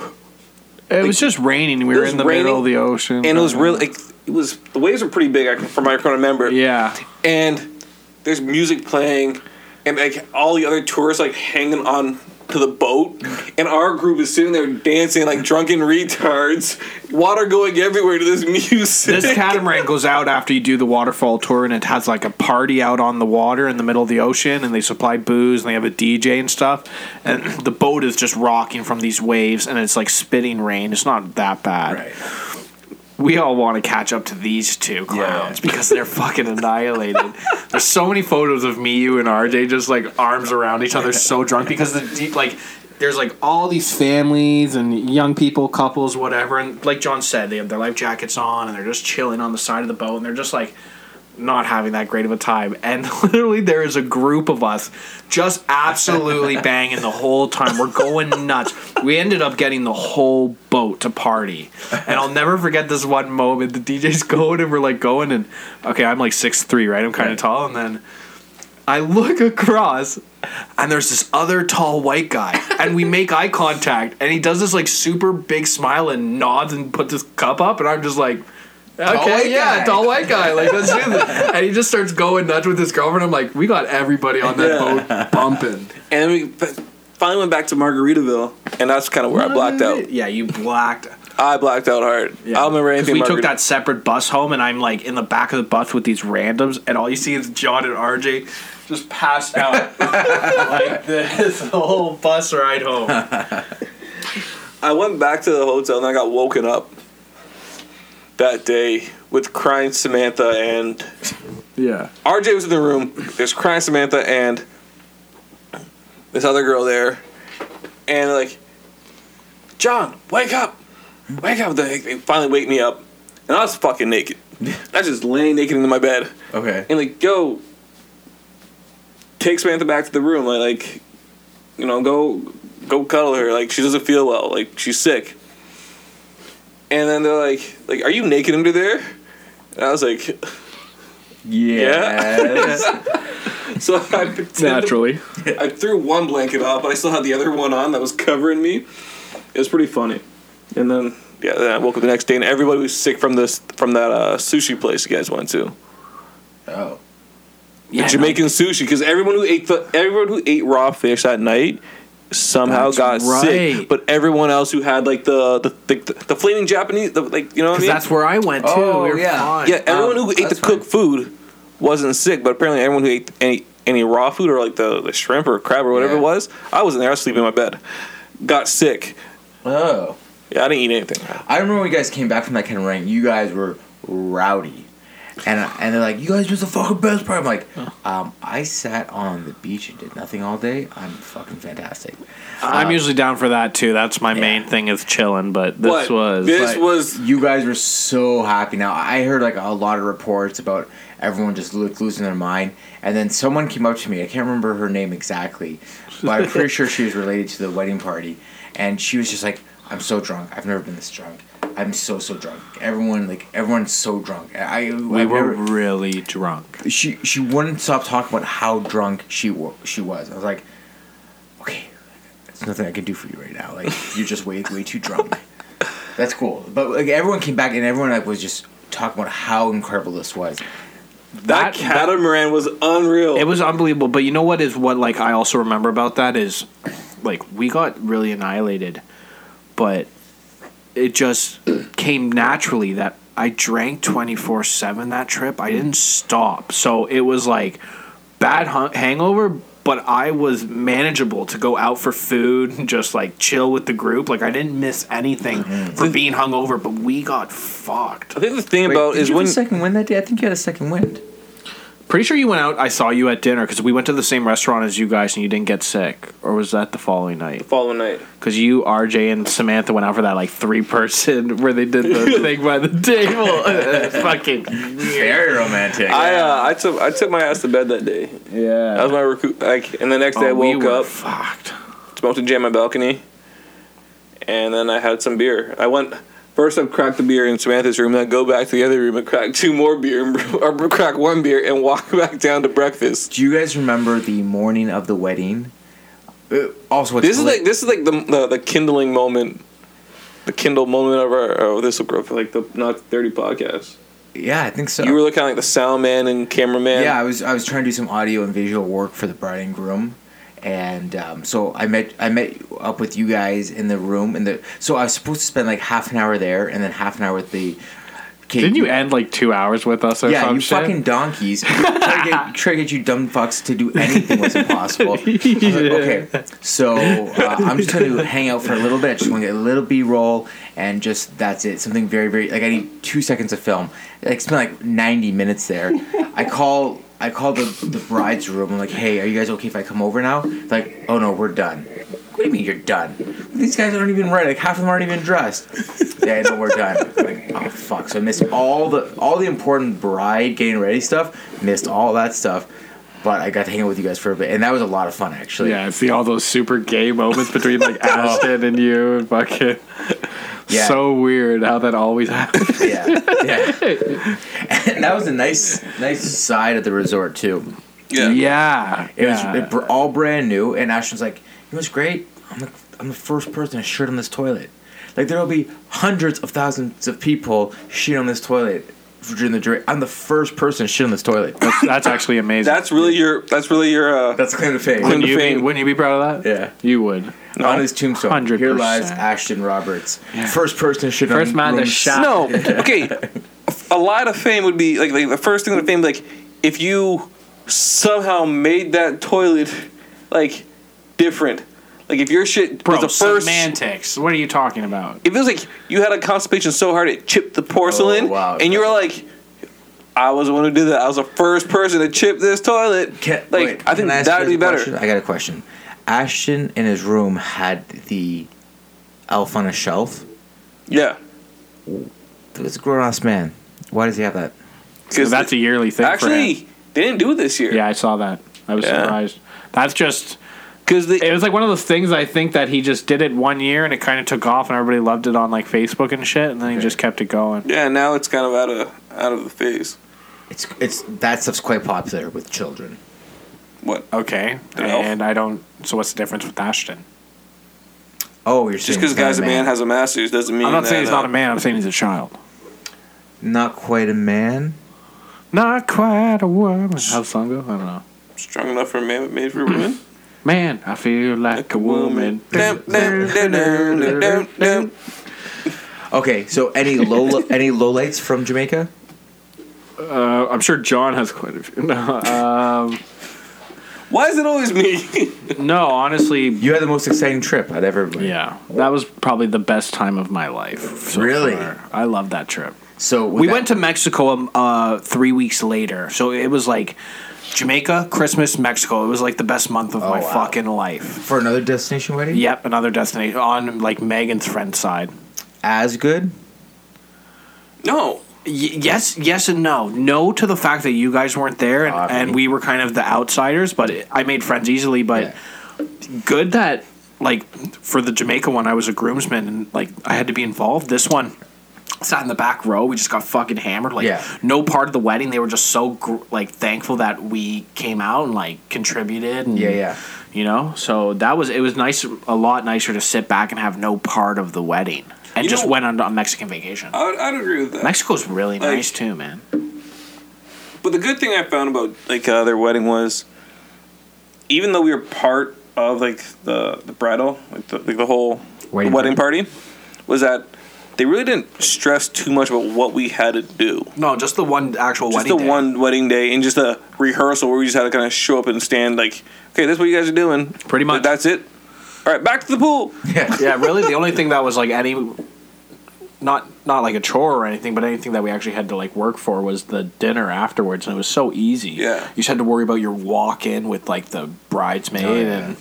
C: It was just raining. We
B: It
C: were
B: was
C: in the middle of the ocean.
B: and it was really like, it was the waves were pretty big. I can, from what I can remember.
C: Yeah.
B: And there's music playing, and like all the other tourists like hanging on to the boat, and our group is sitting there dancing like drunken retards. Water going everywhere to this music.
C: This catamaran goes out after you do the waterfall tour, and it has like a party out on the water in the middle of the ocean, and they supply booze, and they have a DJ and stuff. And the boat is just rocking from these waves, and it's like spitting rain. It's not that bad.
A: Right.
C: We all want to catch up to these two clowns because they're fucking annihilated. There's so many photos of me, you, and RJ just like arms around each other, so drunk because the deep like. There's like all these families and young people, couples, whatever, and like John said, they have their life jackets on and they're just chilling on the side of the boat and they're just like not having that great of a time. And literally, there is a group of us just absolutely banging the whole time. We're going nuts. We ended up getting the whole boat to party. And I'll never forget this one moment. The DJ's going and we're like going, and okay, I'm like six three, right? I'm kind of tall. And then I look across and there's this other tall white guy and we make eye contact and he does this like super big smile and nods and puts his cup up and I'm just like
A: white
C: okay yeah
A: guy.
C: tall white guy like let's do this and he just starts going nuts with his girlfriend I'm like we got everybody on that boat bumping
B: and we fi- finally went back to Margaritaville, and that's kind of where I blacked out.
C: yeah you blacked
B: I blacked out hard. I don't remember
C: 'Cause
B: anything.
C: we
B: about
C: took
B: Margaritaville.
C: that separate bus home and I'm like in the back of the bus with these randoms and all you see is John and RJ just passed out like this the whole bus ride home
B: I went back to the hotel and I got woken up that day with crying Samantha and
C: yeah
B: RJ was in the room. There's crying Samantha and this other girl there, and they're like, John, wake up, wake up! They they finally wake me up, and I was fucking naked. I was just laying naked in my bed.
A: Okay.
B: and like go take Samantha back to the room like like you know go go cuddle her like she doesn't feel well like she's sick and then they're like like are you naked under there and I was like
A: Yes.
B: so I pretended
C: naturally
B: I threw one blanket off but I still had the other one on that was covering me it was pretty funny and then yeah then I woke up the next day and everybody was sick from this from that uh, sushi place you guys went to
A: oh.
B: The Jamaican sushi because everyone who ate the, everyone who ate raw fish that night somehow got
C: That's
B: sick,
C: right.
B: but everyone else who had like the the the, the flaming Japanese, the, like you know what I mean?
C: that's where I went too.
A: Oh,
C: we were
A: yeah.
C: fine.
B: yeah, everyone
A: um,
B: who ate the
A: that's fine.
B: cooked food wasn't sick, but apparently everyone who ate any any raw food or like the, the shrimp or crab or whatever
A: Yeah.
B: it was, I wasn't there. I was sleeping in my bed, got sick.
A: Oh.
B: Yeah, I didn't eat anything.
A: I remember when you guys came back from that kind of ring, you guys were rowdy. And, and they're like, you guys was the fucking best part. I'm like, um, I sat on the beach and did nothing all day. I'm fucking fantastic.
C: I'm usually down for that too. That's my main thing is chilling, but this
B: What?
C: was
B: This-
A: But
B: was-
A: you guys were so happy. Now I heard like a lot of reports about everyone just lo- losing their mind, and then someone came up to me. I can't remember her name exactly, but I'm pretty sure she was related to the wedding party, and she was just like, "I'm so drunk. I've never been this drunk. I'm so so drunk. Everyone like everyone's so drunk. I I-
C: we
A: I've
C: were
A: never-
C: really drunk.
A: she she wouldn't stop talking about how drunk she wa- she was. I was like, okay, there's nothing I can do for you right now. Like you're just way way too drunk. That's cool. But like everyone came back and everyone like was just talking about how incredible this was.
B: That,
C: That-
B: catamaran was unreal.
C: It was unbelievable. But you know what is what like I also remember about that is like we got really annihilated, but it just came naturally that I drank 24 7 that trip. I didn't stop. So it was like bad hung- hangover, but I was manageable to go out for food and just like chill with the group. Like I didn't miss anything for being hungover, but we got fucked.
B: I think the thing about
A: Did
B: is
A: you have
B: when
A: a second win that day? I think you had a second win.
C: Pretty sure you went out. I saw you at dinner because we went to the same restaurant as you guys, and you didn't get sick. Or was that the following night?
B: Following night.
C: Because you, RJ, and Samantha went out for that like three person where they did the thing by the table. Fucking
A: Very romantic.
B: I uh, I took I took my ass to bed that day. That
C: yeah. Oh,
B: was my recoup. Like, and the next day I
C: we
B: woke
C: were
B: up,
C: fucked.
B: smoked a jam on my balcony, and then I had some beer. I went first. I cracked the beer in Samantha's room. Then I go back to the other room and crack two more beer, and, or crack one beer, and walk back down to breakfast.
A: Do you guys remember the morning of the wedding? Uh, also, what's
B: This is like this is like the the, the kindling moment. The Kindle moment of our oh this will grow for like the not thirty podcast.
A: yeah, I think so.
B: You were looking like the sound man and cameraman.
A: Yeah, I was I was trying to do some audio and visual work for the bride and groom, and um, so I met I met up with you guys in the room and the so I was supposed to spend like half an hour there and then half an hour with the. Kate,
C: Didn't you end like two hours with us or
A: Yeah,
C: some
A: you
C: shit?
A: fucking donkeys. try, to get, try to get you dumb fucks to do anything was impossible. I was like, okay, so uh, I'm just going to hang out for a little bit. I just want to get a little B roll and just that's it. Something very, very like I need two seconds of film. Like spent like 90 minutes there. I call. I call the, the bride's room. I'm like, hey, are you guys okay if I come over now? They're like, oh no, we're done. What do you mean you're done? These guys aren't even ready. Like half of them aren't even dressed. yeah, no, we're done. Like, oh fuck! So I missed all the all the important bride getting ready stuff. Missed all that stuff, but I got to hang out with you guys for a bit, and that was a lot of fun actually.
C: Yeah, and see all those super gay moments between like Ashton and you and fucking.
A: Yeah.
C: So weird how that always happens.
A: yeah, yeah. and that was a nice nice side of the resort too.
B: yeah.
C: yeah.
A: It
C: yeah.
A: was it, br- all brand new, and Ashton's like, "You know what's great? I'm the, I'm the first person to shit on this toilet. Like there will be hundreds of thousands of people shit on this toilet during the dra- I'm the first person to shit on this toilet.
C: That's, that's actually amazing.
B: That's really your. That's really your. Uh,
A: That's kind of fame.
B: When
C: wouldn't, you be,
B: fame.
C: wouldn't you be proud of that?
A: Yeah.
C: You would.
A: on his tombstone.
C: 100%.
A: Here lies Ashton Roberts, first person should
C: First man to shot.
B: No, okay. A lot of fame would be like, like the first thing that fame like if you somehow made that toilet like different. Like if your shit
C: Bro,
B: was the first,
C: semantics. What are you talking about?
B: if it was like you had a constipation so hard it chipped the porcelain,
A: Oh, wow.
B: and you were like, I was the one who did that. I was the first person to chip this toilet.
A: Can,
B: like
A: wait,
B: I
A: can
B: think
A: ask
B: that
A: you
B: would
A: guys
B: be
A: a
B: better.
A: question? I got a question. Ashton in his room had the elf on a shelf.
B: Yeah,
A: It's a grown ass man. Why does he have that?
B: because
C: that's a yearly thing for him.
B: actually they didn't do it this year.
C: Yeah, I saw that. I was
B: Yeah.
C: surprised. That's just.
B: because
C: It was like one of those things I think that he just did it one year and it kind of took off and everybody loved it on like Facebook and shit and then he just kept it going.
B: yeah now it's kind of out of out of the phase.
A: It's it's that stuff's quite popular with children.
B: What?
C: Okay.
B: An elf.
C: and I don't. So what's the difference with Ashton?
A: Oh, you're
B: Just
A: saying
B: because
A: he's not
B: guy's a man, has a master's doesn't mean
C: I'm not saying
B: that,
C: he's not
B: uh,
C: a man. I'm saying he's a child.
A: not quite a man.
C: Not quite a woman. How's the song go? I don't know.
B: strong enough for a man, but made for women.
C: Man, I feel like a woman.
B: Dum, dum, dum, dum, dum, dum.
A: Okay, so any low any lowlights from Jamaica?
C: Uh, I'm sure John has quite a few. No, um,
B: Why is it always me?
C: no, honestly,
A: You had the most exciting trip I'd ever.
C: yeah, that was probably the best time of my life. so
A: Really?
C: far. I love that trip.
A: So
C: we went to Mexico um, uh, three weeks later, so it was like Jamaica, Christmas, Mexico. It was like the best month of my
A: wow.
C: fucking life.
A: for another destination wedding.
C: Yep, another destination on like Megan's friend's side.
A: as good.
B: no.
C: Y- yes, yes, and no. No to the fact that you guys weren't there, and,
A: Obvi.
C: and we were kind of the outsiders. But it, I made friends easily. But good that like for the Jamaica one, I was a groomsman, and like I had to be involved. This one. Sat in the back row. We just got fucking hammered. Like
A: Yeah.
C: no part of the wedding. They were just so gr- like thankful that we came out and like contributed. And,
A: Yeah, yeah.
C: You know, so that was it was nice. A lot nicer to sit back and have no part of the wedding, and
B: You
C: just
B: know-
C: went on a Mexican vacation.
B: I would, I'd agree with that.
C: Mexico's really
B: Like-
C: nice too, man.
B: But the good thing I found about like uh, their wedding was, even though we were part of like the the bridal, like the, like the whole
A: Wedding
B: wedding, party, was that they really didn't stress too much about what we had to do.
C: No, just the one actual
B: Just the one wedding day and just a rehearsal where we just had to kind of show up and stand like, okay, that's what you guys are doing.
C: Pretty much.
B: That's it. All right, back to the pool.
C: yeah, really. The only thing that was like any not not like a chore or anything, but anything that we actually had to like work for was the dinner afterwards, and it was so easy.
B: Yeah.
C: you just had to worry about your walk in with like the bridesmaid,
A: Oh,
C: and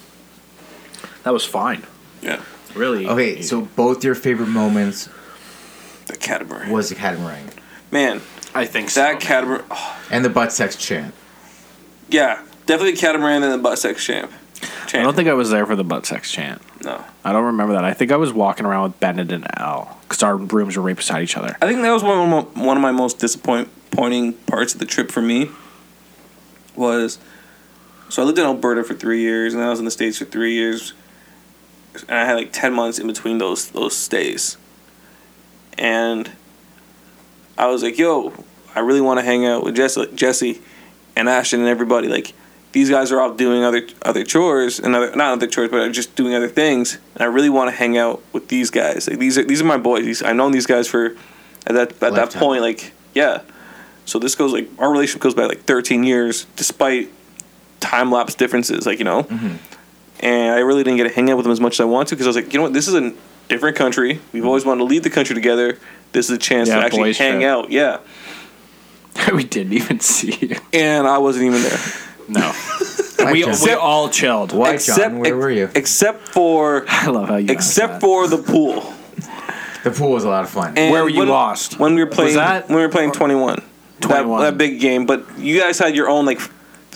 C: that was fine.
B: Yeah.
C: Really.
A: Okay, so both your favorite moments
B: The catamaran.
A: was the catamaran
B: Man,
C: I think so.
B: that catamaran. oh,
A: and the butt sex chant.
B: yeah, definitely catamaran and the butt sex champ.
C: I
B: Champ.
C: don't think I was there for the butt sex chant.
B: no.
C: I don't remember that. I think I was walking around with Bennett and Al because our rooms were right beside each other.
B: I think that was one of my, one of my most disappointing parts of the trip for me. Was so I lived in Alberta for three years, and I was in the states for three years, and I had like ten months in between those those stays, and I was like, "Yo, I really want to hang out with Jesse, Jesse, and Ashton, and everybody. Like, these guys are off doing other other chores, and other not other chores, but just doing other things, and I really want to hang out with these guys. Like, these are these are my boys. These I've known these guys for." at that at that
A: Lifetime.
B: point, like yeah. So this goes like our relationship goes back like 13 years, despite time lapse differences, like you know.
C: Mm-hmm.
B: And I really didn't get to hang out with them as much as I want to because I was like, you know what, this is a different country. We've always wanted to leave the country together. This is a chance
C: Mm-hmm. Yeah,
B: to actually
C: boys
B: hang
C: trip.
B: out. Yeah.
C: we didn't even see you.
B: And I wasn't even there.
C: No,
A: Why,
C: we,
A: John?
C: we all chilled.
A: Why, John? Where were you?
B: Except for
C: I love how you. asked
B: except
C: that.
B: for the pool.
A: the pool was a lot of fun.
B: And
C: Where were you
B: when-
C: lost?
B: When we were playing
C: that-
B: when we were playing 21.
C: 21.
B: That, that big game, but you guys had your own like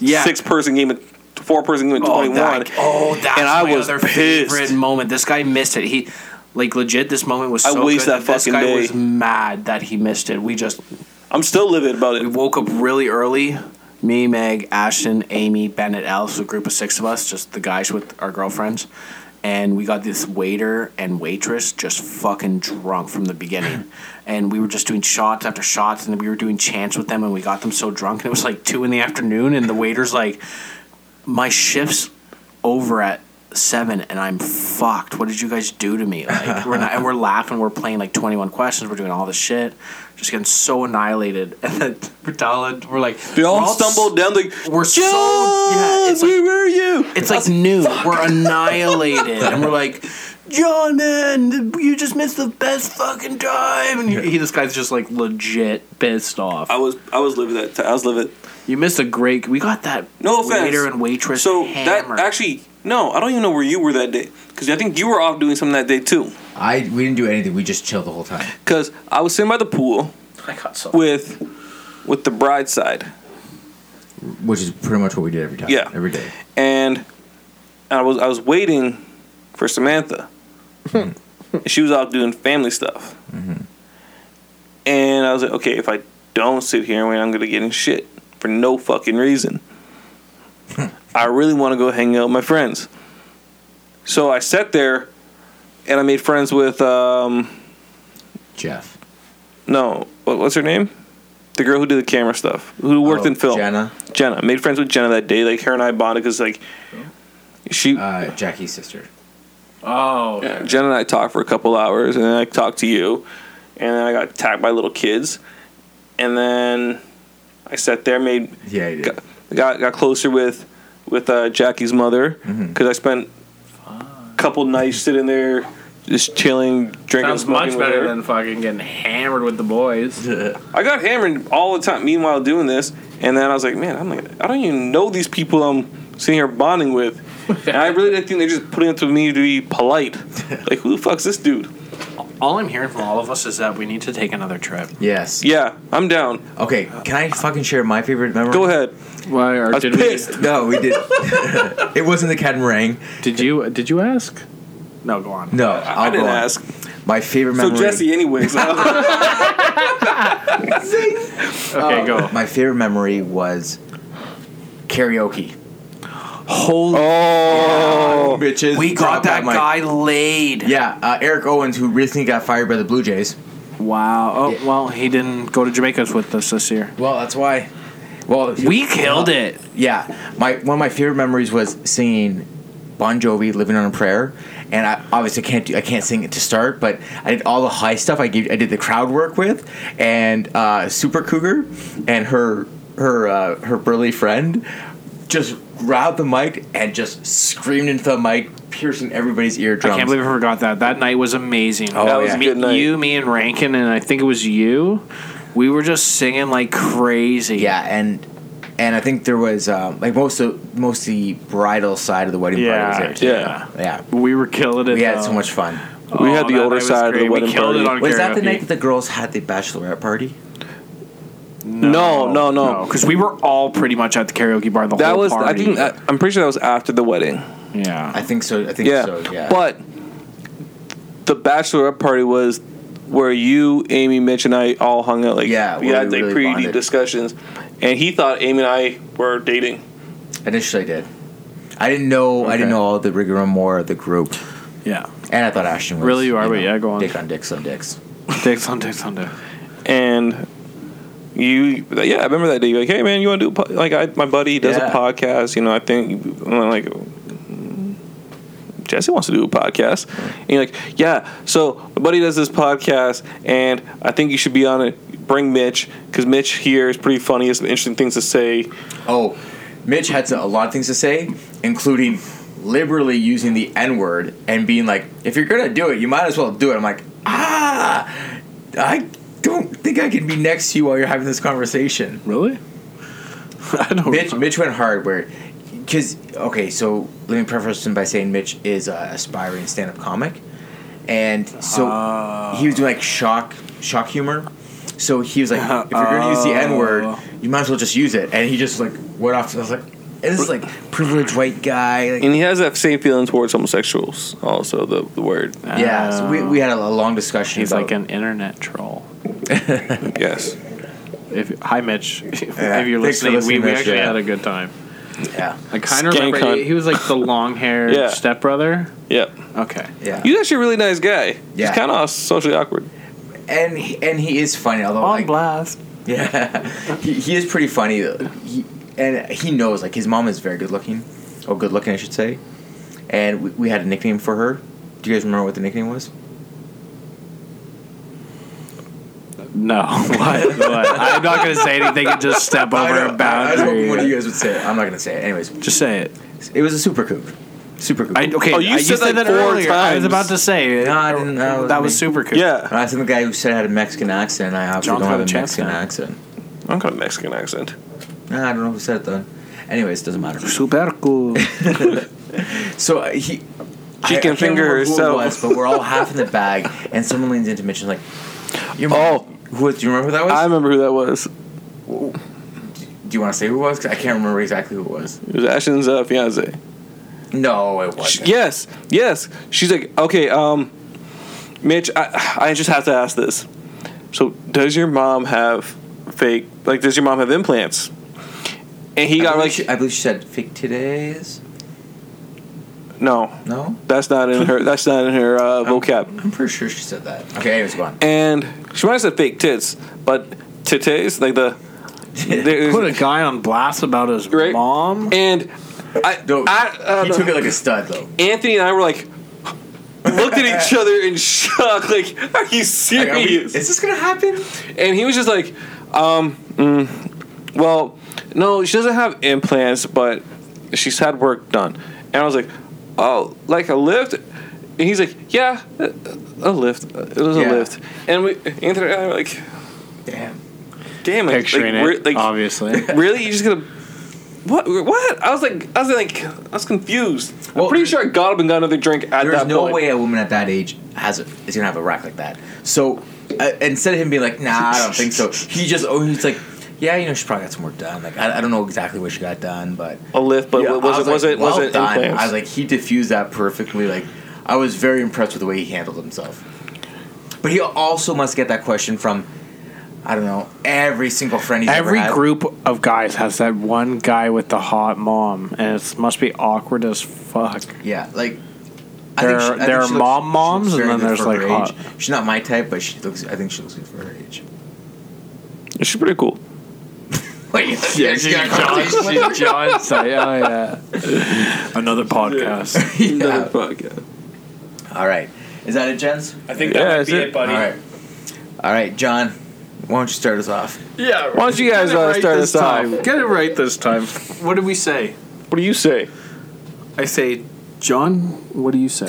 C: yeah.
B: six person game, four person game at
C: Oh,
B: 21.
C: that, oh, that's
B: And I
C: my
B: was
C: other
B: pissed.
C: favorite moment. This guy missed it. He, like, legit. This moment was.
B: I
C: So
B: wish
C: good
B: that
C: this
B: fucking
C: guy
B: day-
C: was mad that he missed it. We just
B: I'm still livid about
C: we
B: it.
C: woke up really early. Me, Meg, Ashton, Amy, Bennett, Alice, a group of six of us, just the guys with our girlfriends. And we got this waiter and waitress just fucking drunk from the beginning. and we were just doing shots after shots, and we were doing chants with them, and we got them so drunk. And it was like two in the afternoon, and the waiter's like, My shift's over at seven, and I'm fucked. What did you guys do to me? Like, we're not, and we're laughing, we're playing like 21 questions, we're doing all this shit, just getting so annihilated. And then we're, telling- we're like,
B: We all,
C: we're
B: stumbled down the.
C: we're so yeah, it's like
B: where were you?
C: it's like noon. We're annihilated, and we're like, John, man, you just missed the best fucking time. And he, he- this guy's just like legit pissed off.
B: I was I was livid that time. I was livid.
C: You missed a great. We got that
B: No offense.
C: waiter and waitress.
B: So
C: hammered.
B: that actually no, I don't even know where you were that day because I think you were off doing something that day too.
A: I we didn't do anything. We just chilled the whole time.
B: Because I was sitting by the pool
C: I got so.
B: with with the bride side,
A: which is pretty much what we did every time.
B: Yeah.
A: every day.
B: and I was I was waiting for Samantha.
A: Hmm.
B: And she was out doing family stuff,
A: Mm-hmm.
B: and I was like, okay, if I don't sit here and wait, I'm gonna get in shit for no fucking reason.
A: Hmm.
B: I really want to go hang out with my friends. So I sat there, and I made friends with um
A: Jeff
B: no what, what's her name, the girl who did the camera stuff, who worked
A: Oh,
B: in film,
A: Jenna,
B: Jenna. Made friends with Jenna that day. Like her and I bonded because like
A: Oh.
B: she
A: uh, Jackie's sister.
C: Oh,
B: Yeah, Jen and I talked for a couple hours, and then I talked to you, and then I got attacked by little kids, and then I sat there, made
A: Yeah, he did.
B: got got, got closer with with uh, Jackie's mother because
A: Mm-hmm.
B: I spent a couple nights sitting there just chilling, drinking.
C: sounds
B: smoking
C: much
B: with
C: better
B: her.
C: than fucking getting hammered with the boys.
B: I got hammered all the time. Meanwhile, doing this, and then I was like, man, I'm like, I don't even know these people I'm sitting here bonding with. And I really didn't think they're just putting up with me to be polite. Like, who the fuck's this dude?
C: All I'm hearing from all of us is that we need to take another trip.
A: Yes.
B: Yeah, I'm down.
A: Okay. Can I fucking share my favorite memory?
B: Go ahead.
C: Why? Or
B: I was pissed.
A: No, we did. it wasn't the catamaran.
C: Did you? Did you ask? No, go on.
A: No,
B: I-
A: I'll
B: I didn't
A: go on.
B: ask.
A: My favorite
B: So
A: memory.
B: Jesse, anyways, I
C: Okay, go.
A: My favorite memory was karaoke.
C: Holy!
B: Oh,
A: Bitches.
C: we got that guy laid.
A: Yeah, uh, Eric Owens, who recently got fired by the Blue Jays.
C: Wow. Oh
A: Yeah.
C: well, he didn't go to Jamaica's with us this year.
A: Well, that's why. Well,
C: We killed it.
A: Yeah, my one of my favorite memories was singing Bon Jovi "Living on a Prayer," and I obviously can't do I can't sing it to start, but I did all the high stuff. I gave I did the crowd work with, and uh, Super Cougar, and her her uh, her burly friend, just grabbed the mic and just screamed into the mic, piercing everybody's eardrums.
C: I can't believe I forgot that. That night was amazing.
A: Oh,
B: that was
A: yeah.
B: a
C: me,
B: good night.
C: you, me, and Rankin, and I think it was you. We were just singing like crazy.
A: Yeah, and and I think there was um, like most of most of the bridal side of the wedding party was there too.
B: yeah.
A: Yeah.
C: we were killing it.
A: We had
C: though.
A: so much fun.
B: We
C: Oh,
B: had the
C: that
B: older
C: night was
B: side of
C: great.
B: the wedding
C: we killed
B: party.
C: It on
A: Was that the
C: karaoke.
A: night that the girls had the bachelorette party?
B: No, no, no.
C: because we were all pretty much at the karaoke bar the
B: That
C: whole
B: was I
C: party.
B: think I- I'm pretty sure that was after the wedding.
C: yeah.
A: I think so. I think
B: Yeah.
A: so. Yeah.
B: But the bachelorette party was where you, Amy, Mitch, and I all hung out. Like
A: Yeah,
B: we
A: where
B: had
A: we
B: like
A: really
B: pretty
A: bonded.
B: deep discussions, and he thought Amy and I were dating.
A: initially I did. I didn't know. I didn't know all the rigor more of the group,
C: Yeah.
A: and I thought Ashton was
C: Really, you are, but yeah, go on.
A: Dick on dicks on dicks.
C: Dicks on dicks on dicks.
B: And you, yeah, I remember that day. You're like, hey man, you want to do a po-? like I, my buddy does
A: Yeah.
B: a podcast. You know, I think and I'm like. Jesse wants to do a podcast. And you're like, yeah, so my buddy does this podcast, and I think you should be on it. Bring Mitch, because Mitch here is pretty funny, has some interesting things to say.
A: Oh, Mitch had some, a lot of things to say, including liberally using the N word and being like, if you're going to do it, you might as well do it. I'm like, ah, I don't think I can be next to you while you're having this conversation.
C: Really? I don't.
A: Mitch, Mitch went hard where, because, okay, so let me preface him by saying Mitch is an aspiring stand up comic. And so he was doing like shock, shock humor. So he was like, if you're going to use the N word, you might as well just use it. And he just like went off. I was like, this is like privileged white guy. Like,
B: And he has that same feeling towards homosexuals, also, the, the word.
A: yeah. So we, we had a, a long discussion.
C: Oh, He's
A: about-
C: like an internet troll.
B: Yes.
C: If hi Mitch, if,
A: Yeah,
C: you're
A: thanks for
C: listening,
A: listening,
C: we, we
A: Mitch,
C: actually
A: yeah.
C: had a good time.
A: yeah,
C: I kind of
B: Skank
C: remember
B: hunt.
C: he, he was like the long haired
B: Yeah.
C: stepbrother.
B: Yep.
C: Okay.
A: yeah.
B: He's actually a really nice guy.
A: Yeah.
B: He's kind of socially awkward.
A: and he- and he is funny, although
C: On
A: like,
C: blast.
A: yeah, he, he is pretty funny. He, and he knows like his mom is very good looking, or good looking, I should say. And we, we had a nickname for her. Do you guys remember what the nickname was?
C: No. What? what? I'm not gonna say anything and just step over a
A: I was hoping
C: boundary.
A: one of you guys would say it. I'm not gonna say it. Anyways,
C: Just say it.
A: it was a super coop. Super coop.
C: I, okay.
B: Oh, you
C: I,
B: said that four
C: earlier. I
B: times.
C: was about to say
A: No, I didn't- that
C: that
A: wasn't
C: was
A: me.
C: super cool.
B: Yeah.
A: I think the guy who said I had a Mexican accent. I obviously
C: John's
A: don't
C: got
A: have
C: a
A: a
C: chance
A: Mexican
C: now.
A: accent.
B: I'm got a Mexican accent.
A: Nah, I don't know who said it though. Anyways, doesn't matter.
C: Super cool.
A: So uh, he,
B: She can
A: can't
B: finger
A: remember who it
B: herself.
A: was, but we're all half in the bag, and someone leans into Mitch and like, Your
B: Oh.
A: who was? Do you remember who that was?
B: I remember who that was.
A: do you want to say who it was? 'Cause I can't remember exactly who it was.
B: It was Ashton's uh, fiance.
A: No, it
B: She-
A: wasn't.
B: yes. Yes. She's like, okay, um, Mitch, I, I just have to ask this. So, does your mom have fake, like, does your mom have implants? And he
A: I
B: got
A: believe
B: like,
A: she- I believe she said fake today's.
B: no,
A: No,
B: that's not in her, that's not in her uh, vocab.
A: I'm pretty sure she said that. Okay, anyways, go on.
B: and she might have said fake tits, but tits like the there's-
C: Put a guy on blast about his
B: Right.
C: mom.
B: and I,
A: No,
B: I, uh,
A: he took it like a stud though.
B: Anthony and I were like looked at each other in shock, like are
A: Like,
B: you
A: are we-
B: serious?
A: is this gonna happen?
B: and he was just like, um, mm, well, no, she doesn't have implants, but she's had work done, and I was like, oh, like a lift. And he's like, yeah, a a lift. It was
A: Yeah.
B: a lift. And we, Anthony and I were like,
A: Damn.
B: damn it. like,
C: Picturing
B: we're-
C: it, obviously.
B: really? You're just gonna what? What? I was like, I was like, I was confused.
A: Well,
B: I'm pretty sure I got up and got another drink at
A: There's
B: that
A: no
B: point.
A: way a woman at that age has a, is gonna have a rack like that. So uh, instead of him being like, "Nah, I don't think so," he just oh, he's like, "Yeah, you know, she probably got some work done. Like, I, I don't know exactly what she got done, but
B: A lift, but
A: Yeah,
B: was,
A: I
B: it, was
A: like,
B: it was
A: well
B: it
A: done.
B: implants?
A: I was like, he diffused that perfectly. Like, I was very impressed with the way he handled himself. But he also must get that question from, I don't know, every single friend he's ever
C: Every
A: had.
C: group of guys has that one guy with the hot mom, and it must be awkward as fuck.
A: Yeah, like.
C: There
A: she-
C: are- there are
A: she looks-
C: mom
A: she looks
C: moms, and
A: very
C: then
A: good
C: there's,
A: for
C: like,
A: her
C: hot-
A: age. She's not my type, but she looks. I think she looks good for her age.
B: She's pretty cool.
A: Wait, yeah, she got
C: She's John. Say, oh yeah. Another podcast.
A: Yeah.
B: podcast.
A: All right. Is that it, gents?
E: I think
B: Yeah,
E: that would
B: that's
E: be
B: it.
E: it, buddy.
A: All right. All right, John. Why don't you start us off?
B: Why don't you guys uh, start us off?
C: Get it right this time. What did we say?
B: What do you say?
F: I say,
C: John, what do you say?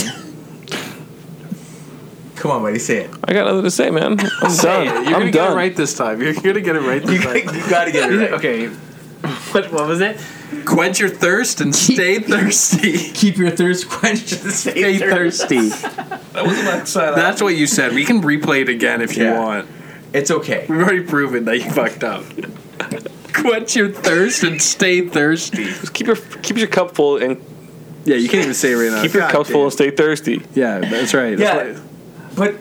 A: Come on, buddy, say it.
B: I got nothing to say, man. I'm
F: hey, you're
B: done.
F: gonna get
B: I'm
F: it
B: done.
F: right this time. You're gonna get it right this time.
A: you gotta get it right.
F: Okay. What, what was it? Quench your thirst and stay thirsty.
A: Keep your thirst quenched.
F: stay thirsty.
G: That was the left side. of
F: That's what you said. We can replay it again if you
A: Yeah.
F: want.
A: It's okay.
F: We've already proven that you fucked up. Quench your thirst and stay thirsty.
B: Just keep your keep your cup full and
F: Yeah, you can't even say it right now.
B: keep your
F: God
B: cup full
F: damn.
B: and stay thirsty.
F: Yeah, that's right. That's
A: Yeah, but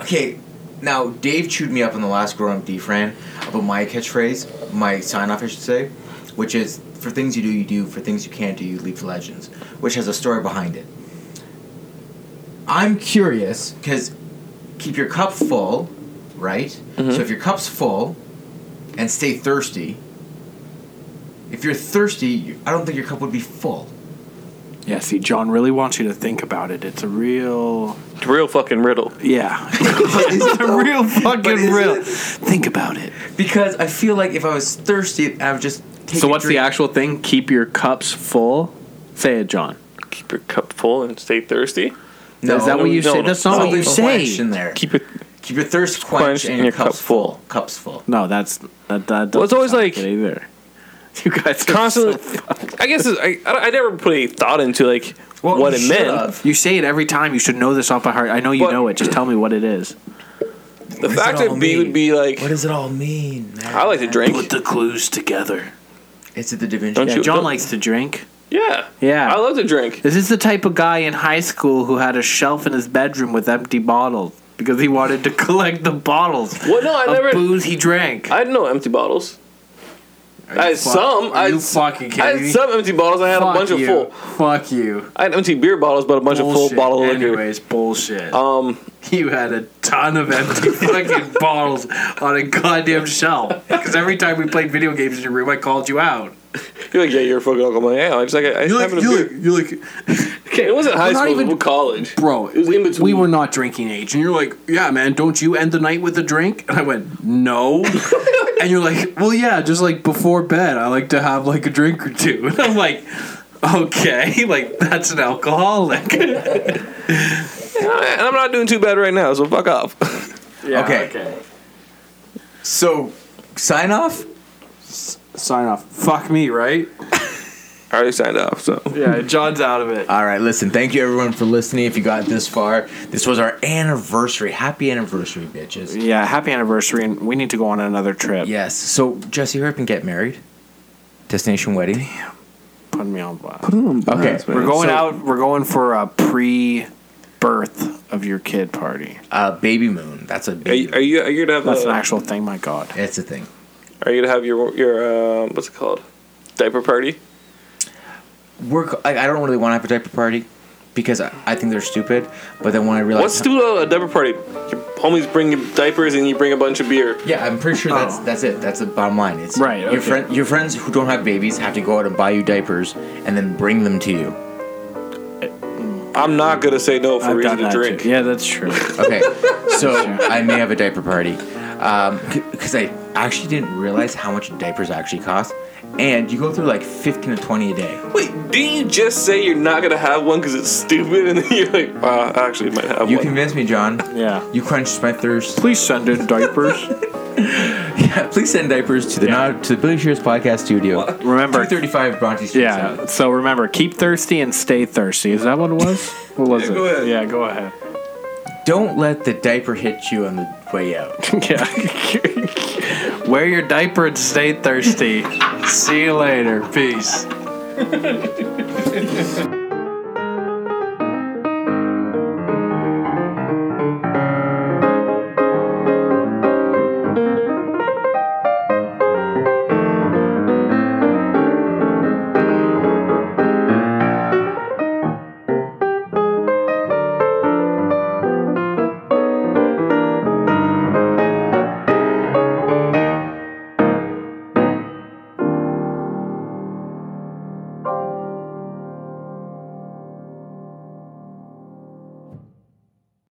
A: okay. Now Dave chewed me up on the last Grow Up D-Fran about my catchphrase, my sign-off, I should say, which is "For things you do, you do; for things you can't do, you leave to legends," which has a story behind it. I'm curious because keep your cup full, right?
F: Mm-hmm.
A: So if your cup's full, and stay thirsty. If you're thirsty, you- I don't think your cup would be full.
C: Yeah, see, John really wants you to think about it. It's a real.
B: It's a real fucking riddle.
C: Yeah. it's a real fucking real. Think about it.
A: Because I feel like if I was thirsty, I would just. Take
F: it. So
A: a
F: what's the
A: drink.
F: actual thing? Keep your cups full. Say it, John.
B: Keep your cup full and stay thirsty.
A: No,
F: Is that what you
B: no,
F: say?
B: no,
F: That's not what you
A: Keep a quench
F: say.
A: in there. Keep,
B: Keep it.
A: your thirst quenched and, your cup full. Cups full.
F: No, that's that. that
B: Well, it's
F: doesn't
B: always
F: sound
B: like-
F: good either. You guys are
B: Constantly, I guess it's, I, I don't- I never put any thought into like what it meant.
C: You say it every time. You should know this off by heart. I know you
B: But-
C: know it. Just tell me what it is.
B: The
A: does
B: fact
A: it
B: that
A: all
B: B would
A: mean?
B: be like,
A: What does it all mean, man?
B: I like to drink.
C: the clues together.
A: It's at the Da Vinci.
B: Don't
C: Yeah,
B: you-
C: John
B: don't-
C: likes to drink.
B: Yeah,
C: Yeah.
B: I love to drink.
C: This is the type of guy in high school who had a shelf in his bedroom with empty bottles because he wanted to collect the bottles
B: Well, no, I
C: of
B: never.
C: booze he drank.
B: I had no empty bottles. I had
C: fuck-
B: some. I
C: Are you
B: had,
C: fucking kidding
B: I had
C: me?
B: some empty bottles. I had
C: Fuck
B: a bunch
C: you.
B: of full.
C: Fuck you.
B: I had empty beer bottles, but a bunch of full
C: Bullshit.
B: bottle of liquor.
C: Anyways, bullshit.
B: Um,
C: You had a ton of empty fucking bottles on a goddamn shelf. Because every time we played video games in your room, I called you out.
B: you're like, yeah, you're a fucking alcohol. I'm like, yeah, I just like, I you having a beer.
C: you like,
B: Okay, it wasn't high
C: not
B: school.
C: even-
B: It was college.
C: bro,
B: It was in between.
C: we were not drinking age. And you're like, yeah, man, don't you end the night with a drink? And I went, no. and you're like, well, yeah, just like before bed, I like to have like a drink or two. And I'm like, okay, like that's an alcoholic.
B: and I'm not doing too bad right now, so fuck off.
A: okay. So, sign off.
C: Sign off. Fuck me, right?
B: I already signed off, so.
C: Yeah, John's out of it.
A: All right, listen. Thank you everyone for listening. If you got this far, this was our anniversary. Happy anniversary, bitches.
C: Yeah, happy anniversary, and we need to go on another trip.
A: Yes. So Jesse hurry up and get married. Destination wedding.
C: Put me on blast.
A: Okay.
C: We're going
A: So-
C: out. We're going for a pre-birth of your kid party.
A: Uh, baby moon. That's a.
B: Are
A: Baby,
B: you, are you, are you gonna have
C: That's an
B: a,
C: actual thing. My God.
A: it's a thing.
B: are you gonna have your your um, what's it called diaper party?
A: We're. co- I, I don't really want to have a diaper party because I, I think they're stupid. But then when I realize
B: What's do a diaper party? Your homies bring you diapers and you bring a bunch of beer.
A: Yeah, I'm pretty sure that's that's it. That's the bottom line. It's
C: Oh. Right, okay.
A: Your friend, your friends who don't have babies have to go out and buy you diapers and then bring them to you.
B: I'm not gonna say no for reason to drink.
C: Yeah, that's true.
A: Okay, so I may have a diaper party because I actually didn't realize how much diapers actually cost, and you go through like fifteen to twenty a day.
B: Wait, didn't you just say you're not gonna have one because it's stupid? And then you're like, wow, I actually might have
A: You
B: one.
A: convinced me, John.
C: yeah.
A: You quenched my thirst.
C: Please send in diapers.
A: Please send diapers to the not, to the Billy Shears podcast studio.
C: Remember.
A: Two thirty-five Bronte Street.
C: Yeah.
A: South.
C: So remember, keep thirsty and stay thirsty. Is that what it was? What was it?
B: go ahead.
C: Yeah. Go ahead.
A: Don't let the diaper hit you on the way out.
C: Yeah. Wear your diaper and stay thirsty. See you later. Peace.